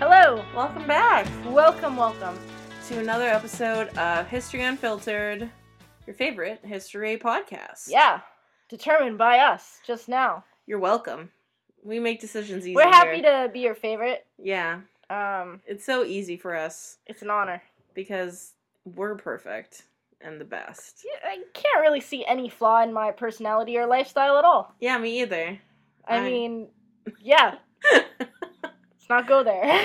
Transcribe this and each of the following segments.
Welcome back. Welcome, welcome to another episode of History Unfiltered, your favorite history podcast. Yeah, determined by us just now. You're welcome. We make decisions easy. We're happy here. to be your favorite. Yeah. Um, It's so easy for us it's an honor. because we're perfect and the best. Yeah, I can't really see any flaw in my personality or lifestyle at all. Yeah, me either. I, I- mean, yeah, let's not go there.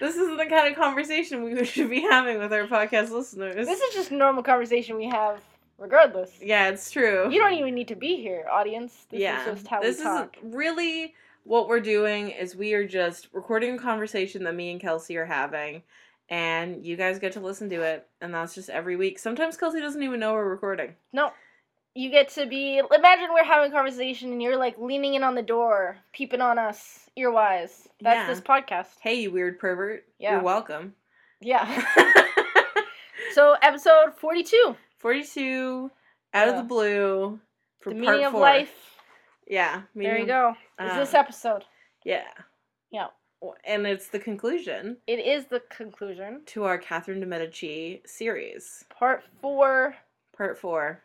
this isn't the kind of conversation we should be having with our podcast listeners. this is just a normal conversation we have, regardless. yeah, it's true. You don't even need to be here, audience. This yeah, is just how this we talk. is really what we're doing is we are just recording a conversation that me and Kelsey are having, and you guys get to listen to it, and that's just every week. Sometimes Kelsey doesn't even know we're recording. No. You get to be. Imagine we're having a conversation and you're like leaning in on the door, peeping on us, earwise. That's Yeah. this podcast. Hey, you weird pervert. Yeah. You're welcome. Yeah. so, episode 42. Forty-two out of Yeah. the blue for the part meaning of four. life. Yeah, There you meaning- go. Is uh, this episode? Yeah. Yeah. W- And it's the conclusion It is the conclusion. to our Catherine de Medici series, Part four. part four.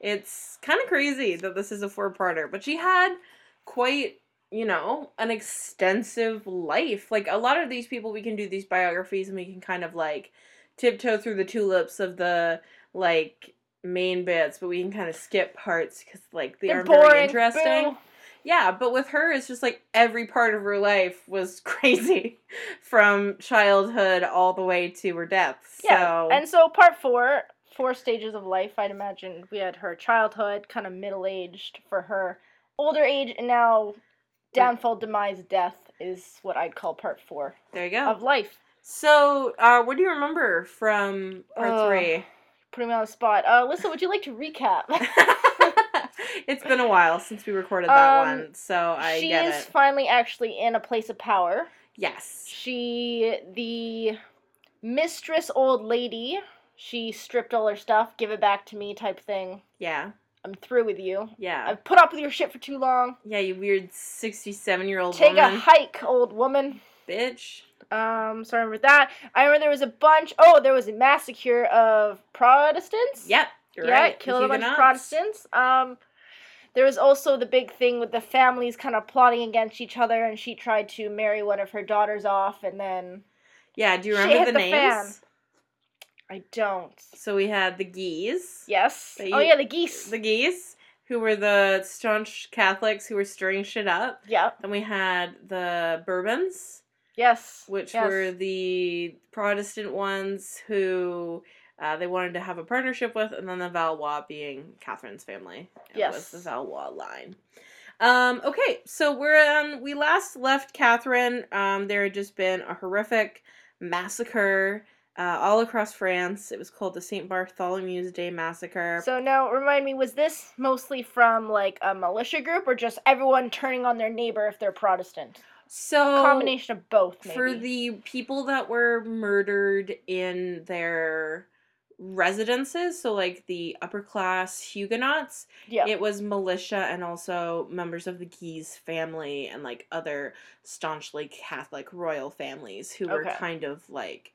It's kind of crazy that this is a four parter, but she had quite, you know, an extensive life. Like, a lot of these people, we can do these biographies and we can kind of like tiptoe through the tulips of the like main bits, but we can kind of skip parts because like they They're are boring. very interesting. Boo. Yeah, but with her, it's just like every part of her life was crazy from childhood all the way to her death. Yeah. So, And so, part four, four stages of life. I'd imagine we had her childhood, kind of middle aged for her, older age, and now downfall, demise, death is what I'd call part four there you go. of life. So, uh, what do you remember from part Ugh. three? Putting me on the spot. Uh, Alyssa, would you like to recap? Oh, it's been a while since we recorded that Um, one, so I she get is it. finally actually in a place of power. Yes. She, the mistress old lady, she stripped all her stuff, give it back to me type thing. Yeah. I'm through with you. Yeah. I've put up with your shit for too long. Yeah, you weird 67 year old Take woman. a hike, old woman. bitch. Um, so I remember that. I remember there was a bunch. Oh, there was a massacre of Protestants. Yep. You're yeah, right. the killed a bunch of Huguenots. Protestants. Um, there was also the big thing with the families kind of plotting against each other, and she tried to marry one of her daughters off, and then Yeah, do you Shit remember hit the the fan. names? I don't. So we had the geese. Yes. But oh you- yeah, the geese. the geese, who were the staunch Catholics who were stirring shit up. yeah. Then we had the Bourbons, Yes. which yes. were the Protestant ones who uh, they wanted to have a partnership with, and then the Valois being Catherine's family. It Yes. was the Valois line. Um, okay, so we're on. We last left Catherine. Um, there had just been a horrific massacre uh, all across France. It was called the Saint Bartholomew's Day Massacre. So now, remind me, was this mostly from like a militia group or just everyone turning on their neighbor if they're Protestant? so Combination of both, maybe. for the people that were murdered in their residences so like the upper class huguenots yeah, it was militia and also members of the guise family and like other staunchly catholic royal families who were Okay. kind of like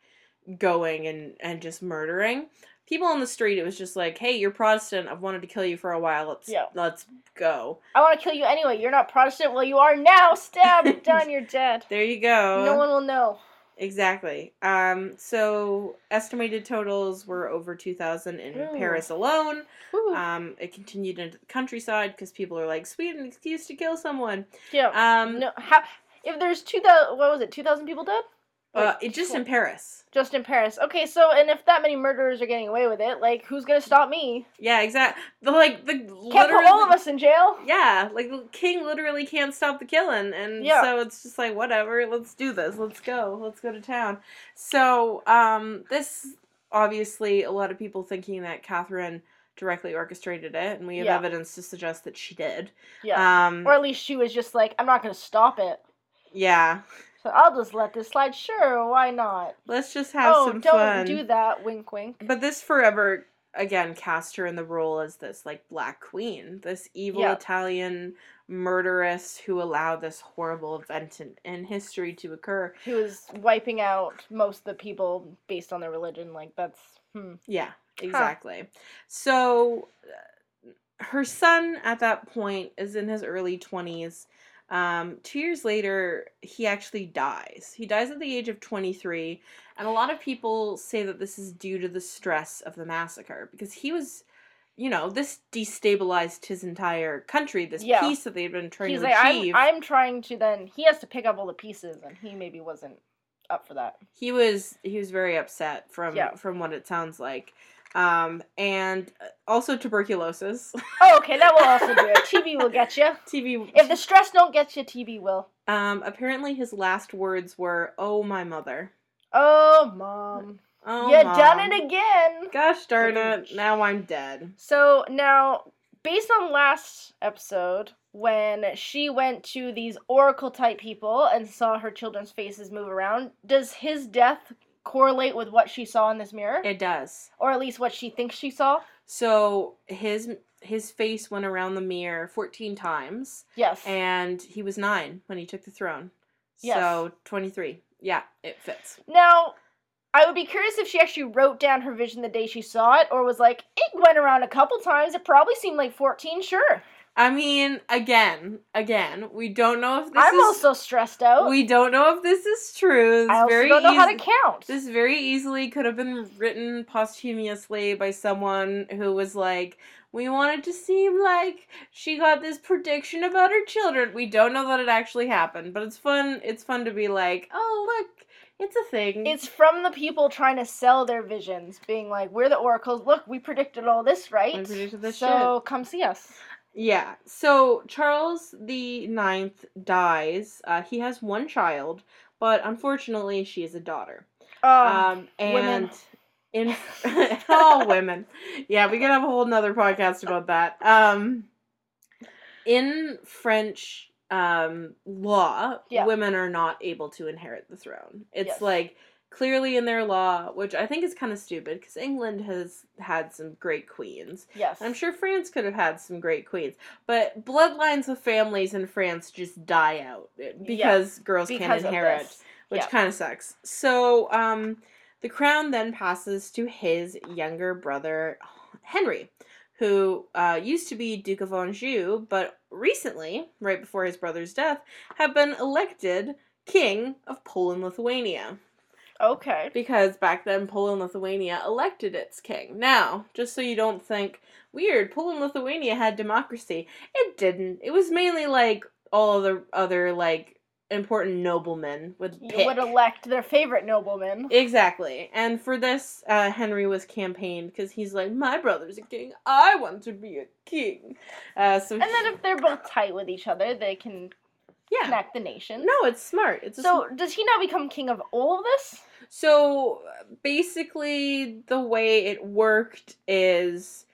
going and and just murdering people on the street it was just like hey you're protestant i've wanted to kill you for a while let's Yeah. let's go I want to kill you anyway. You're not Protestant. Well, you are now. Stab, done. You're dead. there you go No one will know. Exactly. Um, so estimated totals were over 2,000 in Ooh. Paris alone. Whew. Um, it continued into the countryside because people are like, sweet, an excuse to kill someone. yeah. Um, no. How, if there's two thousand, what was it? Two thousand people dead? uh, Like, it just tw- in Paris. just in Paris. Okay, so and if that many murderers are getting away with it, like who's gonna stop me? Yeah, exactly. The like the Can't put all of us in jail. Yeah, like the king literally can't stop the killing, and Yeah. so it's just like whatever. Let's do this. Let's go. Let's go to town. So um, this obviously a lot of people thinking that Catherine directly orchestrated it, and we have Yeah. evidence to suggest that she did. Yeah. Um, or at least she was just like, I'm not gonna stop it. yeah. So I'll just let this slide. Sure, why not? Let's just have oh, some don't fun. do that. Wink, wink. But this forever again cast her in the role as this like black queen, this evil Yeah. Italian murderess who allowed this horrible event in, in history to occur. He was wiping out most of the people based on their religion. Like that's hmm. Yeah, exactly. So uh, her son at that point is in his early 20s. Um, two years later, he actually dies. He dies at the age of 23. And a lot of people say that this is due to the stress of the massacre because he was, you know, this destabilized his entire country, this Yeah. peace that they had been trying he's to like achieve. I'm, I'm trying to. Then he has to pick up all the pieces, and he maybe wasn't up for that. he was he was very upset from Yeah. from what it sounds like. Um, and uh, also tuberculosis. Oh, okay, that will also do it. TV will get you. TV If the stress don't get you, TV will. Um, apparently his last words were, "Oh my mother." Oh, mom, Oh, you mom. done it again. Gosh darn it! Now I'm dead. So now, based on last episode, when she went to these oracle type people and saw her children's faces move around, does his death correlate with what she saw in this mirror? It does. or at least what she thinks she saw? So his his face went around the mirror 14 times, Yes. and he was nine when he took the throne. Yes. So 23. Yeah, it fits. now, I would be curious if she actually wrote down her vision the day she saw it, or was like, it went around a couple times, it probably seemed like 14, sure. I mean, again, again, we don't know if this I'm is. also stressed out. we don't know if this is true. It's I also very don't know how to easy- count. This very easily could have been written posthumously by someone who was like, We want it to seem like she got this prediction about her children. We don't know that it actually happened, but it's fun it's fun to be like, Oh look, it's a thing. It's from the people trying to sell their visions, being like, "We're the oracles. Look, we predicted all this, right? We predicted this so come see us." Yeah. So Charles the Ninth dies. Uh, he has one child, but unfortunately she is a daughter. Um, Um women. and in all women. Yeah, we could have a whole nother podcast about that. Um in French um law, Yeah. women are not able to inherit the throne. It's Yes. like clearly in their law, which I think is kind of stupid because England has had some great queens. yes, I'm sure France could have had some great queens, but bloodlines of families in France just die out eh, because girls can't because inherit of this. which Yeah. kind of sucks. So, um, the crown then passes to his younger brother Henry, who uh, used to be Duke of Anjou, but recently, right before his brother's death, had been elected King of Poland Lithuania Okay. because back then Poland Lithuania elected its king. Now, just so you don't think weird, Poland Lithuania had democracy. It didn't. It was mainly like all the other like important noblemen would You pick. would elect their favorite nobleman. Exactly. And for this, uh, Henry was campaigned because he's like, my brother's a king. I want to be a king. Uh, so and then if they're both tight with each other, they can yeah, connect the nation. no, it's smart. It's a So does he now become king of all of this? So basically, the way it worked is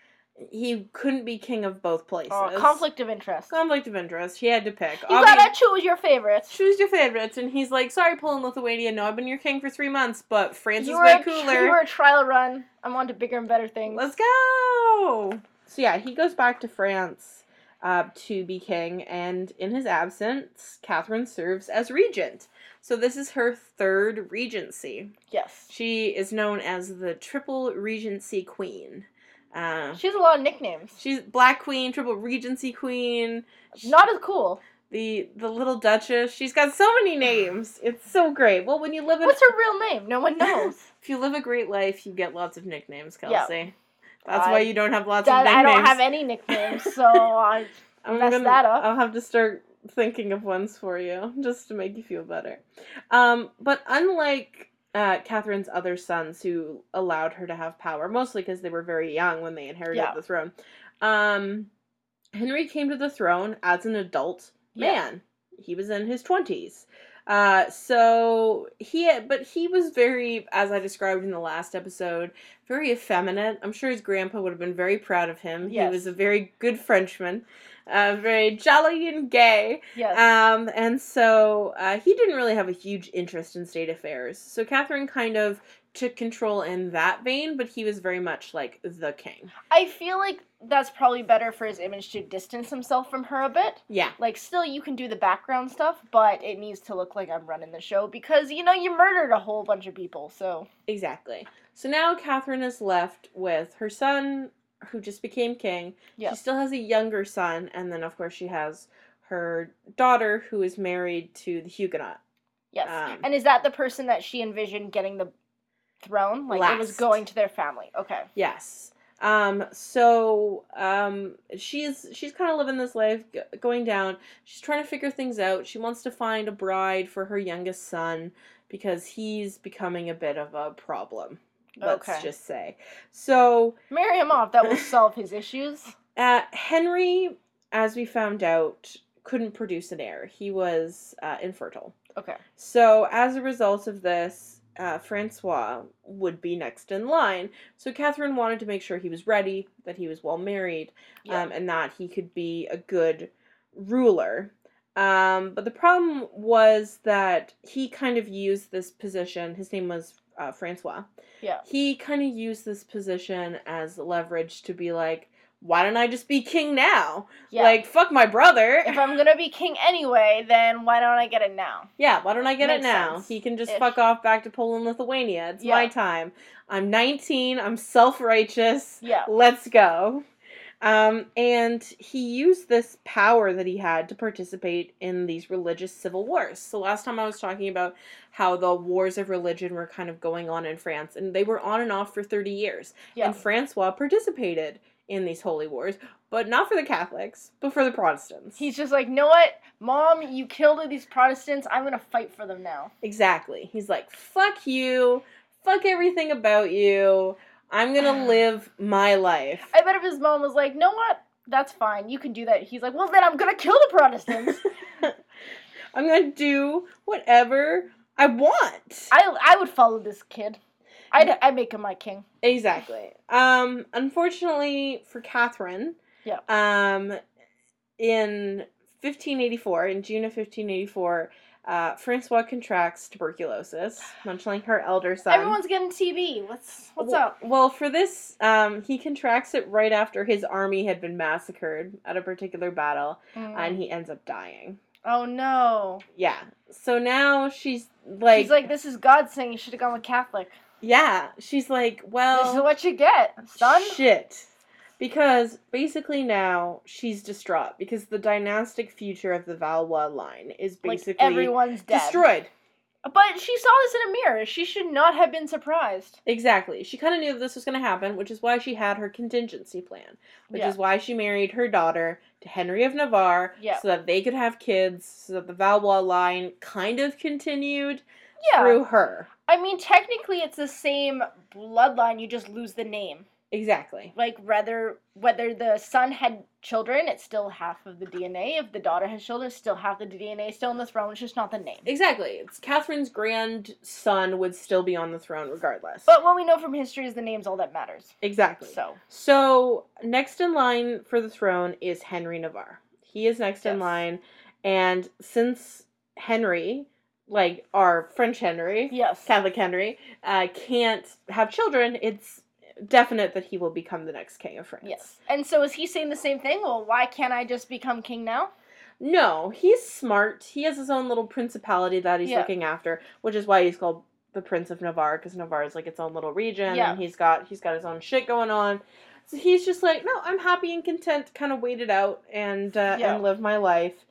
he couldn't be king of both places. Oh, conflict of interest. Conflict of interest. He had to pick. You Obvi- gotta choose your favorite. choose your favorites, and he's like, "Sorry, Poland, Lithuania. No, I've been your king for three months, but France You is were, way a, tr- cooler. you were a trial run. I'm on to bigger and better things. Let's go." So yeah, he goes back to France uh, to be king, and in his absence, Catherine serves as regent. So this is her third regency. yes. She is known as the Triple Regency Queen. Uh, She has a lot of nicknames. she's Black Queen, Triple Regency Queen, Not as cool. the the Little Duchess. She's got so many names. It's so great. Well, when you live in What's her real name? No one knows. if you live a great life, you get lots of nicknames, Kelsey. Yeah. That's I- why you don't have lots That- of I nicknames. don't have any nicknames, so I, I'm messed gonna- that up. I'll have to start thinking of ones for you just to make you feel better. Um, but unlike uh, Catherine's other sons, who allowed her to have power, mostly because they were very young when they inherited Yeah. the throne, um, Henry came to the throne as an adult Yeah. man. He was in his twenties. Uh, so he, but he was very, as I described in the last episode, very effeminate. I'm sure his grandpa would have been very proud of him. Yes. He was a very good Frenchman, uh, very jolly and gay. yes. Um, uh, and so uh, he didn't really have a huge interest in state affairs. So Catherine kind of to control in that vein, but he was very much like the king. I feel like that's probably better for his image to distance himself from her a bit. Yeah. Like, still, you can do the background stuff, but it needs to look like I'm running the show because, you know, you murdered a whole bunch of people, so. Exactly. So now Catherine is left with her son, who just became king. Yeah. She still has a younger son, and then of course she has her daughter, who is married to the Huguenot. Yes. Um, and is that the person that she envisioned getting the throne? Like, it was Last. going to their family. Okay. Yes. Um. So um, she's she's kind of living this life, g- going down. She's trying to figure things out. She wants to find a bride for her youngest son because he's becoming a bit of a problem. Let's Okay. just say. So Marry him off. That will solve his issues. Uh, Henry, as we found out, couldn't produce an heir. He was uh, infertile. Okay. So, as a result of this, uh, Francois would be next in line. So, Catherine wanted to make sure he was ready, that he was well married, Yeah. um, and that he could be a good ruler. Um, but the problem was that he kind of used this position. His name was uh, Francois. Yeah. He kind of used this position as leverage to be like, why don't I just be king now? yeah. Like, fuck my brother. if I'm gonna be king anyway, then why don't I get it now? Yeah, why don't I get Makes it now? sense. He can just Ish. fuck off back to Poland, Lithuania. It's my Yeah. time. I'm 19. I'm self righteous. Yeah. Let's go. Um, and he used this power that he had to participate in these religious civil wars. So last time I was talking about how the wars of religion were kind of going on in France, and they were on and off for 30 years. Yeah. And Francois participated in these holy wars, but not for the Catholics, but for the Protestants. He's just like, know what, mom, you killed all these Protestants. I'm gonna fight for them now. Exactly. He's like, fuck you, fuck everything about you. I'm gonna live my life. I bet if his mom was like, know what, that's fine, you can do that. He's like, well, then I'm gonna kill the Protestants. I'm gonna do whatever I want. I I would follow this kid. I'd I make him my king. Exactly. Um, unfortunately for Catherine, Yeah. Um, in 1584, in June of 1584, uh, Francois contracts tuberculosis, much like her elder son. Everyone's getting TB. What's what's Well- up? Well, for this, um, he contracts it right after his army had been massacred at a particular battle, Mm-hmm. and he ends up dying. Mm. oh no. Yeah. So now she's like, She's like, this is God saying you should have gone with Catholic. yeah. She's like, This is well, what you get, son. shit. Because basically now she's distraught because the dynastic future of the Valois line is Like basically everyone's dead. destroyed. But she saw this in a mirror. She should not have been surprised. Exactly. She kind of knew this was going to happen, which is why she had her contingency plan, which Yeah. is why she married her daughter to Henry of Navarre Yeah. so that they could have kids, so that the Valois line kind of continued Yeah. through her. I mean, technically, it's the same bloodline. You just lose the name. Exactly. Like whether whether the son had children, it's still half of the DNA. If the daughter has children, it's still half the DNA. Still on the throne. It's just not the name. Exactly. It's Catherine's grandson would still be on the throne regardless. But what we know from history is the name's all that matters. exactly. So So next in line for the throne is Henry Navarre. He is next in Yes. line, and since Henry, like our French Henry, yes, Catholic Henry, uh, can't have children, it's definite that he will become the next king of France. yes. And so is he saying the same thing? Well, why can't I just become king now? No, he's smart. He has his own little principality that he's Yeah. looking after, which is why he's called the Prince of Navarre, because Navarre is like its own little region, Yeah. and he's got he's got his own shit going on. So he's just like, no, I'm happy and content to kind of wait it out and uh, Yeah. and live my life.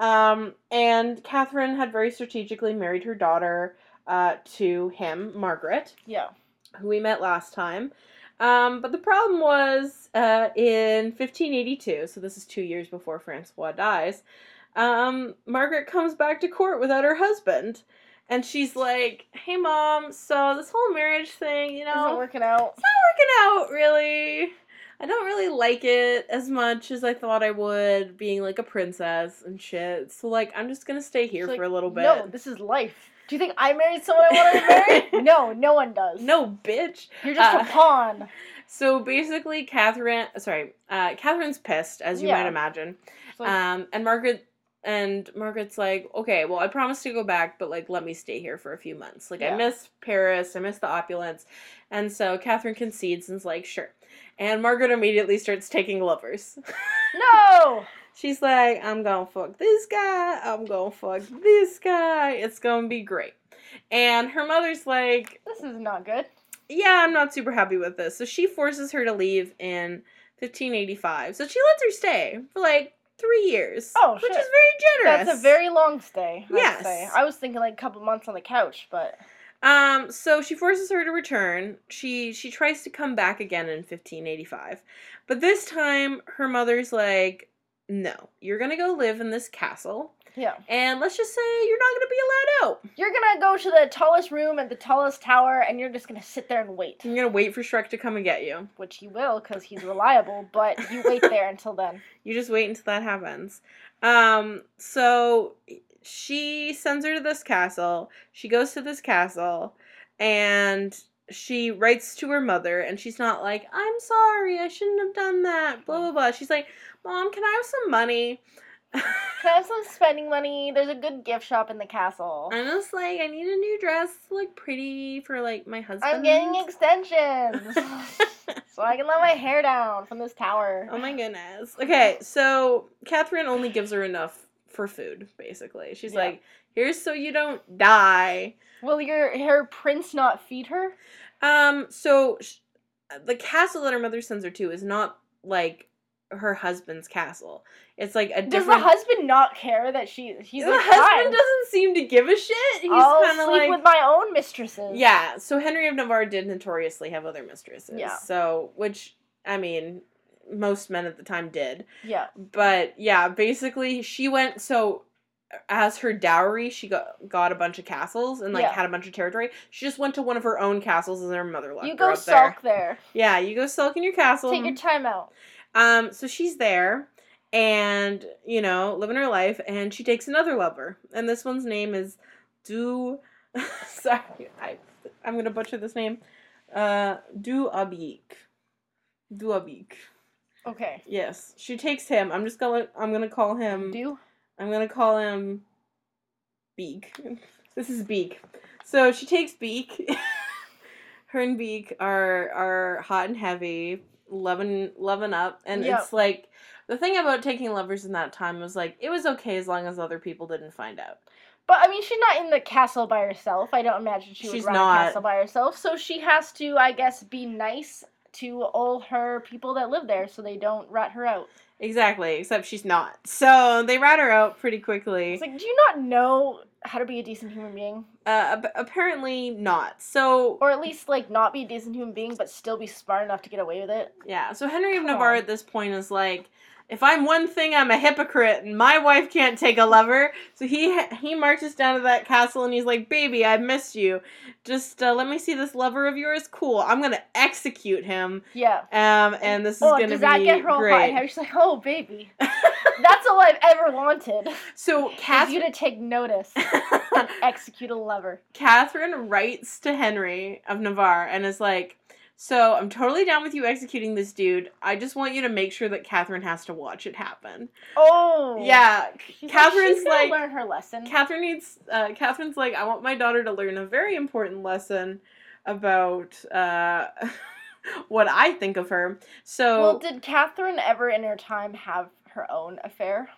Um, and Catherine had very strategically married her daughter uh, to him, Margaret Yeah. who we met last time. Um, but the problem was uh, in 1582, so this is two years before Francois dies, um, Margaret comes back to court without her husband. And she's like, hey, mom, so this whole marriage thing, you know, Isn't working out. working out really. I don't really like it as much as I thought I would, being like a princess and shit. So, like, I'm just gonna stay here She's like, for a little bit. No, this is life. Do you think I married someone I wanted to marry? no, no one does. no, bitch. You're just Uh, a pawn. So basically, Catherine, sorry, uh, Catherine's pissed, as you Yeah. might imagine. It's like, um, and Margaret And Margaret's like, okay, well, I promised to go back, but like, let me stay here for a few months. Like, I Yeah. miss Paris, I miss the opulence. And so Catherine concedes and's like, sure. And Margaret immediately starts taking lovers. No. She's like, I'm gonna fuck this guy, I'm gonna fuck this guy, it's gonna be great. And her mother's like, This is not good. yeah, I'm not super happy with this. So she forces her to leave in 1585. So she lets her stay for like three years. Oh, Which shit. is very generous. That's a very long stay. I'd Yes. say. I was thinking like a couple months on the couch, but Um, so she forces her to return. She she tries to come back again in 1585. But this time her mother's like, "No, you're going to go live in this castle yeah. and let's just say you're not going to be allowed out. You're gonna go to the tallest room at the tallest tower, and you're just gonna sit there and wait, I'm going to wait for Shrek to come and get you. which he will because he's reliable. But you wait there until then. You just wait until that happens." Um, so she sends her to this castle. She goes to this castle and she writes to her mother and she's not like, I'm sorry, I shouldn't have done that, blah, blah, blah. She's like, Mom, can I have some money? Can I have some spending money? There's a good gift shop in the castle. I'm just like, I need a new dress to look pretty for like my husband. I'm getting extensions, so I can let my hair down from this tower. Oh my goodness. Okay, so Catherine only gives her enough for food, basically. She's Yeah. like, here's so you don't die. Will your her prince not feed her? Um, so sh- the castle that her mother sends her to is not like her husband's castle. It's like a Does different. the husband not care that she he's the like, husband "Fine, doesn't seem to give a shit. He's kind I'll of sleep like with my own mistresses. yeah. So Henry of Navarre did notoriously have other mistresses. Yeah. So which I mean, most men at the time did. yeah. But yeah, basically she went so. As her dowry, she got got a bunch of castles and like Yeah. had a bunch of territory. She just went to one of her own castles, and her mother left You her go up there. sulk there. Yeah, you go sulk in your castle. Take your time out. um, so she's there and, you know, living her life, and she takes another lover. And this one's name is Du. Sorry, I, I'm going to butcher this name. Uh, Du Abik. Du Abik. Okay. Yes, she takes him. I'm just going to, I'm going to call him. Do I'm gonna call him Beak. This is Beak. So she takes Beak. Her and Beak are are hot and heavy, loving loving up, and Yep. it's like the thing about taking lovers in that time was like it was okay as long as other people didn't find out. But I mean, she's not in the castle by herself. I don't imagine she She's would run not. a castle by herself. So she has to, I guess, be nice to all her people that live there, so they don't rat her out. Exactly, except she's not. So they rat her out pretty quickly. It's like, do you not know how to be a decent human being, Uh, ap- apparently not. So or at least like not be a decent human being, but still be smart enough to get away with it? Yeah, so Henry of Come Navarre on. at this point is like, if I'm one thing, I'm a hypocrite, and my wife can't take a lover. So he he marches down to that castle, and he's like, "Baby, I missed you. Just uh, let me see this lover of yours. Cool. I'm gonna execute him. Yeah. Um, and this is oh, gonna does be that get her all hot? great." And she's like, oh baby, that's all I've ever wanted. is So you Catherine to take notice, and execute a lover. Catherine writes to Henry of Navarre and is like, "So I'm totally down with you executing this dude. I just want you to make sure that Catherine has to watch it happen." Oh. Yeah, She's Catherine's she's gonna like- learn her lesson. Catherine needs. Uh, Catherine's like, I want my daughter to learn a very important lesson about uh, what I think of her. So, Well, did Catherine ever in her time have her own affair?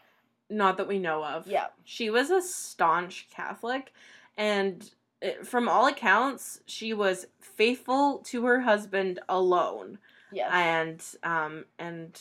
not that we know of. Yeah. she was a staunch Catholic, and uh, from all accounts, she was faithful to her husband alone, Yes. and um, and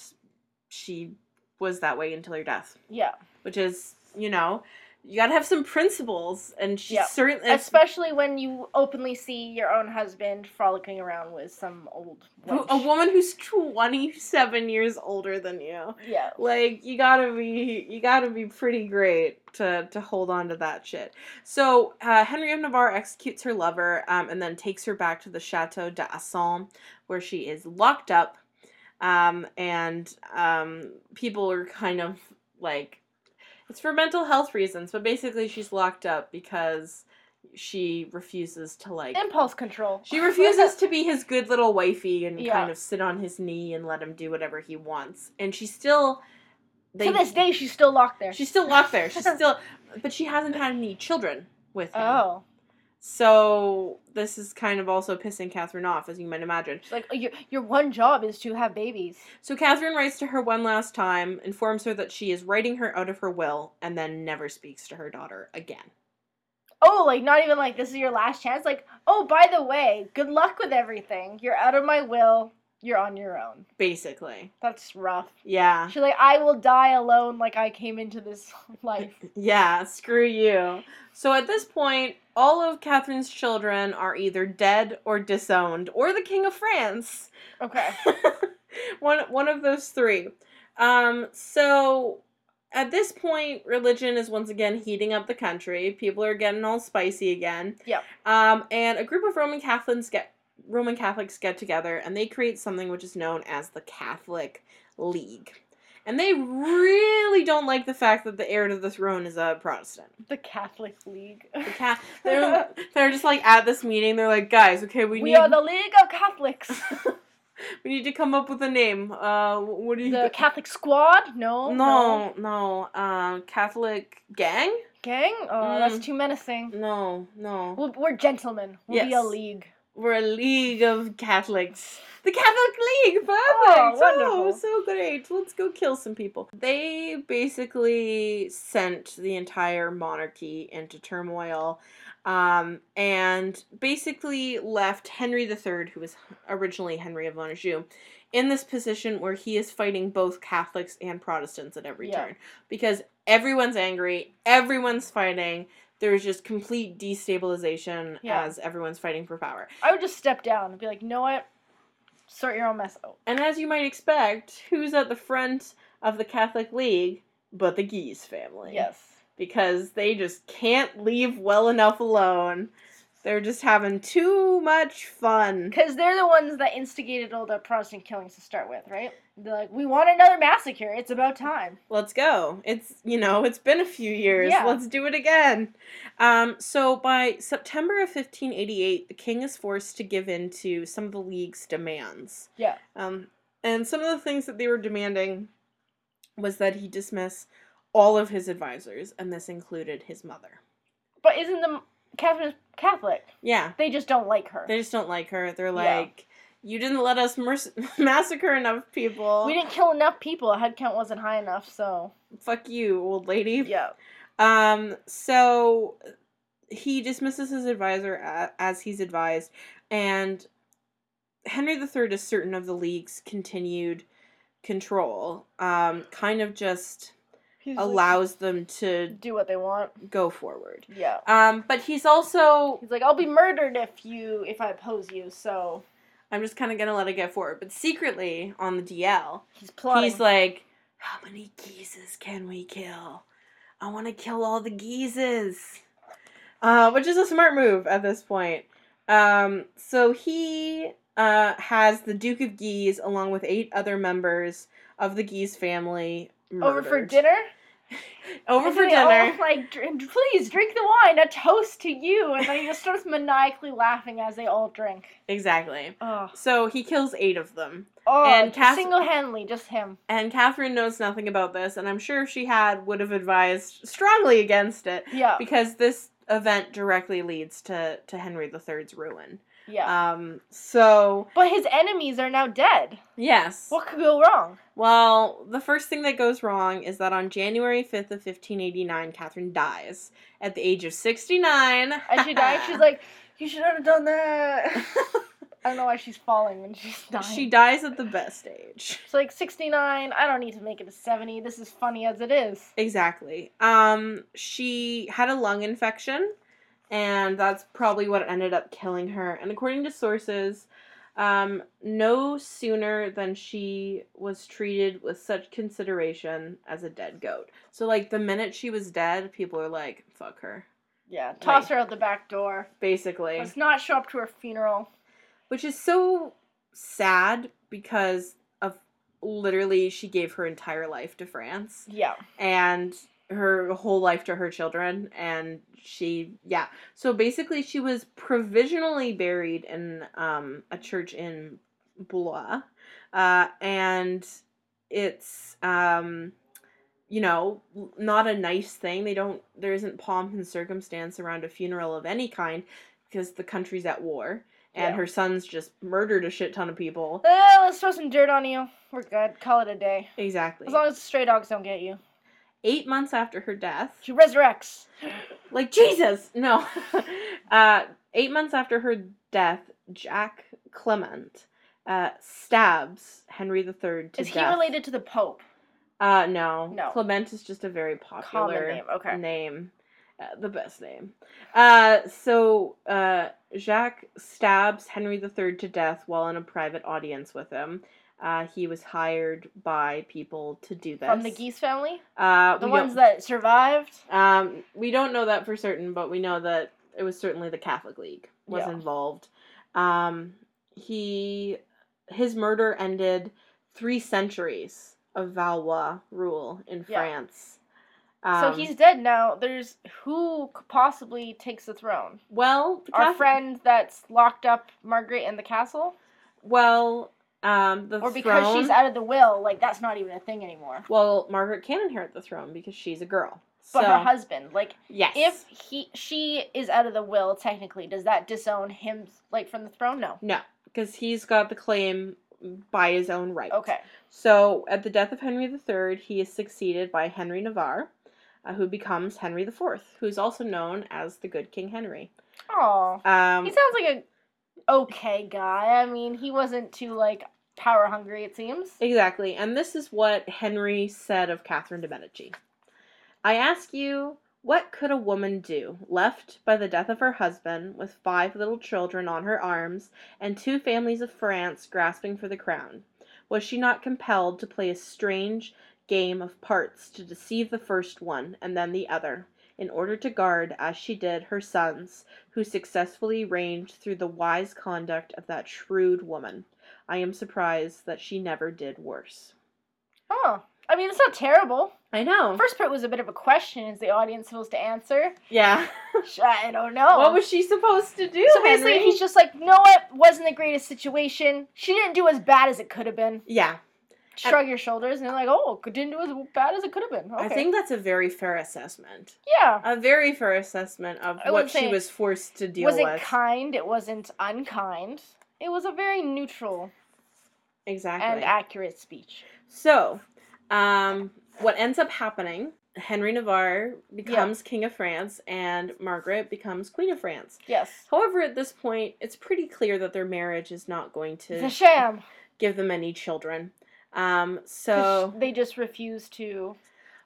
she was that way until her death, yeah. which is you know. You gotta have some principles, and she Yeah. certainly. Especially when you openly see your own husband frolicking around with some old Who- wench. a woman who's 27 years older than you Yeah. like you gotta be you gotta be pretty great to to hold on to that shit so uh, henry of navarre executes her lover um, and then takes her back to the chateau d'asson where she is locked up um, and um, people are kind of like it's for mental health reasons but basically she's locked up because she refuses to like Impulse control. she refuses to be his good little wifey and Yeah. kind of sit on his knee and let him do whatever he wants. And she still they to this day, she's still locked there. she's still locked there. She's still but she hasn't had any children with him. oh, So this is kind of also pissing Catherine off, as you might imagine. she's like your your one job is to have babies. So Catherine writes to her one last time, informs her that she is writing her out of her will, and then never speaks to her daughter again. Oh, like not even like this is your last chance. Like oh, by the way, good luck with everything. You're out of my will. You're on your own. Basically. That's rough. Yeah. She's like I will die alone. Like I came into this life. Yeah, screw you. So at this point, all of Catherine's children are either dead or disowned, or the King of France. Okay. one one of those three. Um, so at this point, religion is once again heating up the country. People are getting all spicy again. Yep. Um, and a group of Roman Catholics get Roman Catholics get together and they create something which is known as the Catholic League. And they really don't like the fact that the heir to the throne is a Protestant. The Catholic League. The Ca- they're, they're just like at this meeting, they're like, guys, okay, we, We, need are the League of Catholics. we need to come up with a name. Uh, what do you the Catholic Squad? No. No, no. Um, Catholic gang? Gang? Oh, Mm. that's too menacing. No, no. We'll, we're gentlemen. We'll be a Yes. league. We're a league of Catholics. The Catholic League, perfect. Oh, wonderful. so great. Let's go kill some people. They basically sent the entire monarchy into turmoil, um, and basically left Henry III, who was originally Henry of Anjou, in this position where he is fighting both Catholics and Protestants at every Yeah. turn because everyone's angry, everyone's fighting. There's just complete destabilization Yeah. as everyone's fighting for power. I would just step down and be like, you know what? Sort your own mess out. And as you might expect, who's at the front of the Catholic League but the Guise family? Yes. Because they just can't leave well enough alone. They're just having too much fun. Because they're the ones that instigated all the Protestant killings to start with, right? They're like, we want another massacre. It's about time. Let's go. It's, you know, it's been a few years. Yeah. Let's do it again. Um, so by September of 1588, the king is forced to give in to some of the league's demands. Yeah. Um, and some of the things that they were demanding was that he dismiss all of his advisors, and this included his mother. But isn't the Catherine's Catholic? Yeah, They just don't like her. they just don't like her. They're Yeah. like, you didn't let us merc- massacre enough people. we didn't kill enough people. Our head count wasn't high enough, so. Fuck you, old lady. Yeah. Um, so he dismisses his advisor a- as he's advised, and Henry III is certain of the league's continued control. Um, kind of just He's like, allows them to do what they want. go forward. Yeah. Um, but he's also He's like, I'll be murdered if you if I oppose you. So I'm just kind of gonna let it get forward. But secretly on the DL, he's plotting. he's like, how many geezes can we kill? I want to kill all the geezes, uh, which is a smart move at this point. Um, so he uh, has the Duke of Guise along with eight other members of the Guise family over for murdered. dinner. Over And for they all, dinner. like, dr- please drink the wine. A toast to you. And then he just starts maniacally laughing as they all drink. Exactly. Oh, So he kills eight of them. oh And and Cass- single-handedly, just him. And Catherine knows nothing about this, and I'm sure if she had, would have advised strongly against it Yeah, because this event directly leads to to Henry III's ruin. yeah. Um, so but his enemies are now dead. yes, What could go wrong? well, the first thing that goes wrong is that on January 5th of 1589, Catherine dies at the age of 69. And she died. She's like, you should have done that. I don't know why she's falling when she's dying. she dies at the best age. She's like 69. I don't need to make it to 70. This is funny as it is. Exactly. Um, she had a lung infection, and that's probably what ended up killing her. And according to sources, um, no sooner than she was treated with such consideration as a dead goat. So, like, the minute she was dead, people are like, fuck her, Yeah, toss her out the back door. basically. Let's not show up to her funeral. Which is so sad because of literally she gave her entire life to France. Yeah. and her whole life to her children and she yeah so basically she was provisionally buried in um a church in Blois uh and it's um you know, l- not a nice thing. They don't, there isn't pomp and circumstance around a funeral of any kind because the country's at war and Yeah. her son's just murdered a shit ton of people. Uh, let's throw some dirt on you. We're good. Call it a day. Exactly. As long as the stray dogs don't get you. Eight months after her death, She resurrects. like Jesus, no. uh, eight months after her death, Jack Clement uh, stabs Henry III to Is death. he related to the Pope? Uh, no. No. Clement is just a very Common popular name. Okay. name. Uh, the best name. Uh, so uh, Jacques stabs Henry III to death while in a private audience with him. Uh, he was hired by people to do this. From the Geese family? Uh, The we ones don't, that survived? um, we don't know that for certain, but we know that it was certainly the Catholic League was Yeah. involved. Um, he his murder ended three centuries of Valois rule in Yeah. France. Um, so he's dead now. There's who c- possibly takes the throne? well the Our Catholic- friend that's locked up Margaret in the castle? Well, um, the Or because throne. she's out of the will, like that's not even a thing anymore. well, Margaret can inherit the throne because she's a girl. But so her husband, like yes, if he she is out of the will technically, does that disown him like from the throne? No. no, because he's got the claim by his own right. Okay. So, at the death of Henry III, he is succeeded by Henry Navarre, uh, who becomes Henry IV, who's also known as the Good King Henry. Oh. Um, He sounds like a okay guy. I mean, he wasn't too like power hungry it seems. exactly, and this is what Henry said of Catherine de' Medici. I ask you, what could a woman do, left by the death of her husband, with five little children on her arms, and two families of France grasping for the crown? Was she not compelled to play a strange game of parts to deceive the first one and then the other, in order to guard, as she did, her sons, who successfully reigned through the wise conduct of that shrewd woman? I am surprised that she never did worse. Oh. I mean, it's not terrible. I know. First part was a bit of a question. Is the audience supposed to answer? Yeah. Sh- I don't know. What was she supposed to do? Oh. so basically, Henry? he's just like, you know what? Wasn't the greatest situation. She didn't do as bad as it could have been. Yeah, Shrug your shoulders and they're like, oh, didn't do as bad as it could have been. Okay. I think that's a very fair assessment. yeah. A very fair assessment of I what would she say was forced to deal wasn't with. kind. It wasn't unkind. It was a very neutral exactly. and accurate speech. so, um, what ends up happening? Henry Navarre becomes king of France, and Margaret becomes queen of France. Yes. However, at this point, it's pretty clear that their marriage is not going It's a to sham. give them any children. Um, 'Cause so they just refuse to.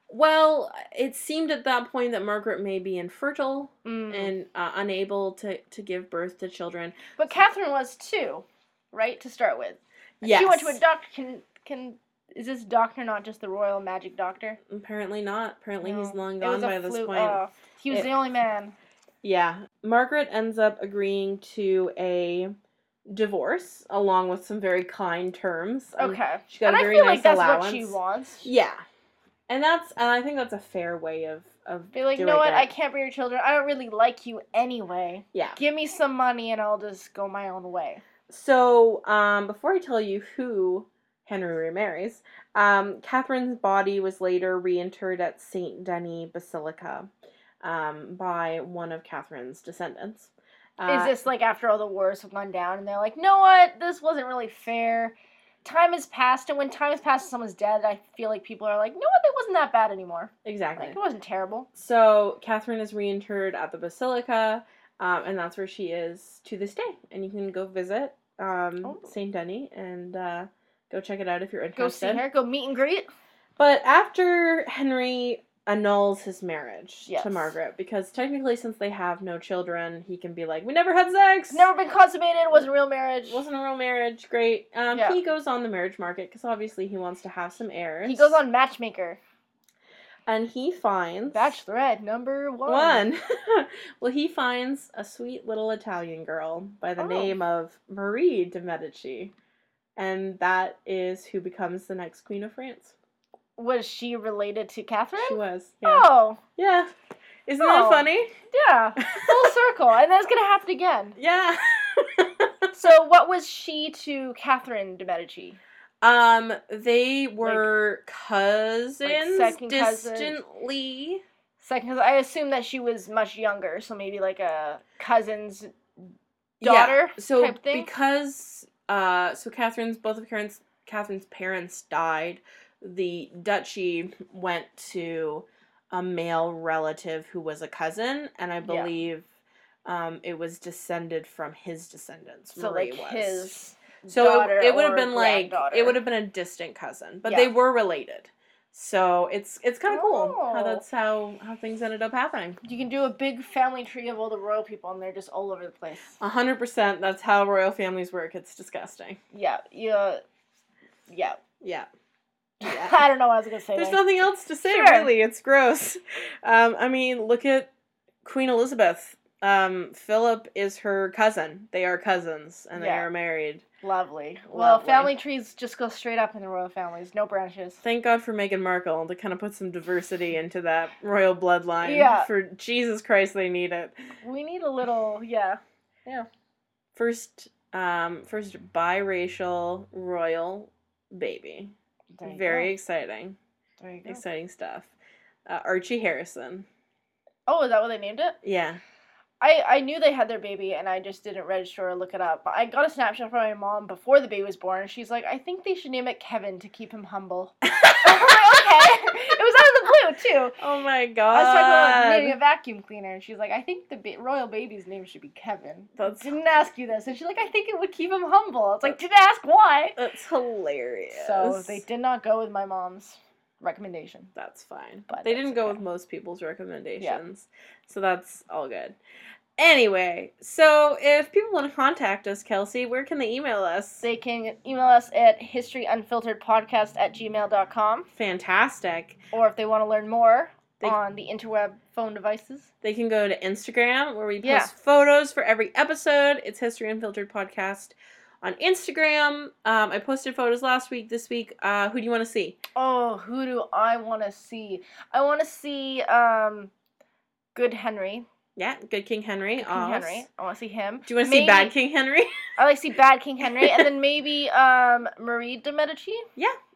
well, it seemed at that point that Margaret may be infertile. Mm. and uh, unable to, to give birth to children. but Catherine was too, right? To start with. Yes. She went to a doctor. Can can is this doctor not just the royal magic doctor? Apparently not. Apparently he's No. long It was gone a by this fluke. point. Oh, he was It- the only man. Yeah. Margaret ends up agreeing to a divorce along with some very kind terms. Um, Okay. She got and a I very feel nice like that's allowance. what she wants. Yeah. And that's and I think that's a fair way of of Be like, you doing know what? it. I can't be your children. I don't really like you anyway. Yeah. Give me some money and I'll just go my own way. So, um, before I tell you who Henry remarries, um, Catherine's body was later reinterred at St. Denis Basilica um, by one of Catherine's descendants. Uh, is this like after all the wars have gone down and they're like, no, what? This wasn't really fair. Time has passed, and when time has passed and someone's dead, I feel like people are like, no, what? That wasn't that bad anymore. exactly? Like, it wasn't terrible. So, Catherine is reinterred at the Basilica, um, and that's where she is to this day. And you can go visit um, Oh. St. Denis and uh, go check it out if you're interested. Go see her, go meet and greet. But after Henry annuls his marriage Yes. to Margaret, because technically, since they have no children, he can be like, "We never had sex. It's never been consummated, it wasn't real marriage. It wasn't a real marriage. Great." Um, Yeah. He goes on the marriage market because obviously he wants to have some heirs. He goes on Matchmaker. and he finds Bachelorette number one. one. well, he finds a sweet little Italian girl by the Oh. name of Marie de Medici, and that is who becomes the next queen of France. Was she related to Catherine? She was. Yeah. Oh, Yeah. Isn't Oh. that funny? yeah. Full circle. And that's going to happen again. Yeah. So, what was she to Catherine de Medici? Um, they were cousins, second cousin. distantly. Second, because I assume that she was much younger, so maybe like a cousin's Yeah, daughter so type thing. because uh, so Catherine's both of Karen's Catherine's parents died, the duchy went to a male relative who was a cousin, and I believe um, it was descended from his descendants. so Marie like was. his. So daughter it, it would have or been like it granddaughter. would have been a distant cousin, but they Yeah. were related. So it's it's kind of cool how Oh. that's how how things ended up happening. You can do a big family tree of all the royal people, and they're just all over the place. A hundred percent. That's how royal families work. It's disgusting. Yeah, yeah, yeah. Yeah. I don't know what I was gonna say. There's there. nothing else to say, Sure. really. It's gross. Um, I mean, look at Queen Elizabeth. Um, Philip is her cousin. They are cousins, and they Yeah. are married. Lovely. Well, Lovely. family trees just go straight up in the royal families, no branches. Thank God for Meghan Markle to kind of put some diversity into that royal bloodline. Yeah. For Jesus Christ, they need it. We need a little, yeah. First, um, first biracial royal baby. There you Very go. exciting. There you go. Exciting stuff. Uh, Archie Harrison. Oh, is that what they named it? Yeah. I, I knew they had their baby and I just didn't register or look it up. I got a Snapchat from my mom before the baby was born. She's like, I think they should name it Kevin to keep him humble. I'm like, okay. It was out of the blue, too. Oh my I God. was talking about needing a vacuum cleaner, and she's like, I think the ba- royal baby's name should be Kevin. That's- Didn't ask you this. And she's like, I think it would keep him humble. It's like, didn't ask why. That's hilarious. So they did not go with my mom's recommendation. That's fine. But they that's didn't go okay. with most people's recommendations. So that's all good. Anyway, so if people want to contact us, Kelsey, where can they email us? They can email us at historyunfilteredpodcast at gmail.com. Fantastic. Or if they want to learn more They- on the interweb phone devices. They can go to Instagram where we post Yeah. photos for every episode. It's History Unfiltered Podcast on Instagram. Um, I posted photos last week, this week. Uh, who do you want to see? Oh, who do I want to see? I want to see um, Good Henry. Yeah, Good King Henry. King Oz. Henry. I want to see him. Do you want to see Maybe- Bad King Henry? I like to see Bad King Henry, and then maybe um, Marie de Medici.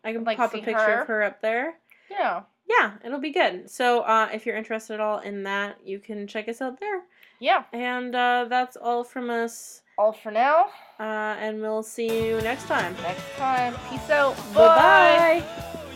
I can Like, pop a see picture her. of her up there. Yeah. yeah, it'll be good. So uh, if you're interested at all in that, you can check us out there. Yeah. And uh, that's all from us. All for now. Uh, and we'll see you next time. Next time. Peace out. Bye-bye. Bye.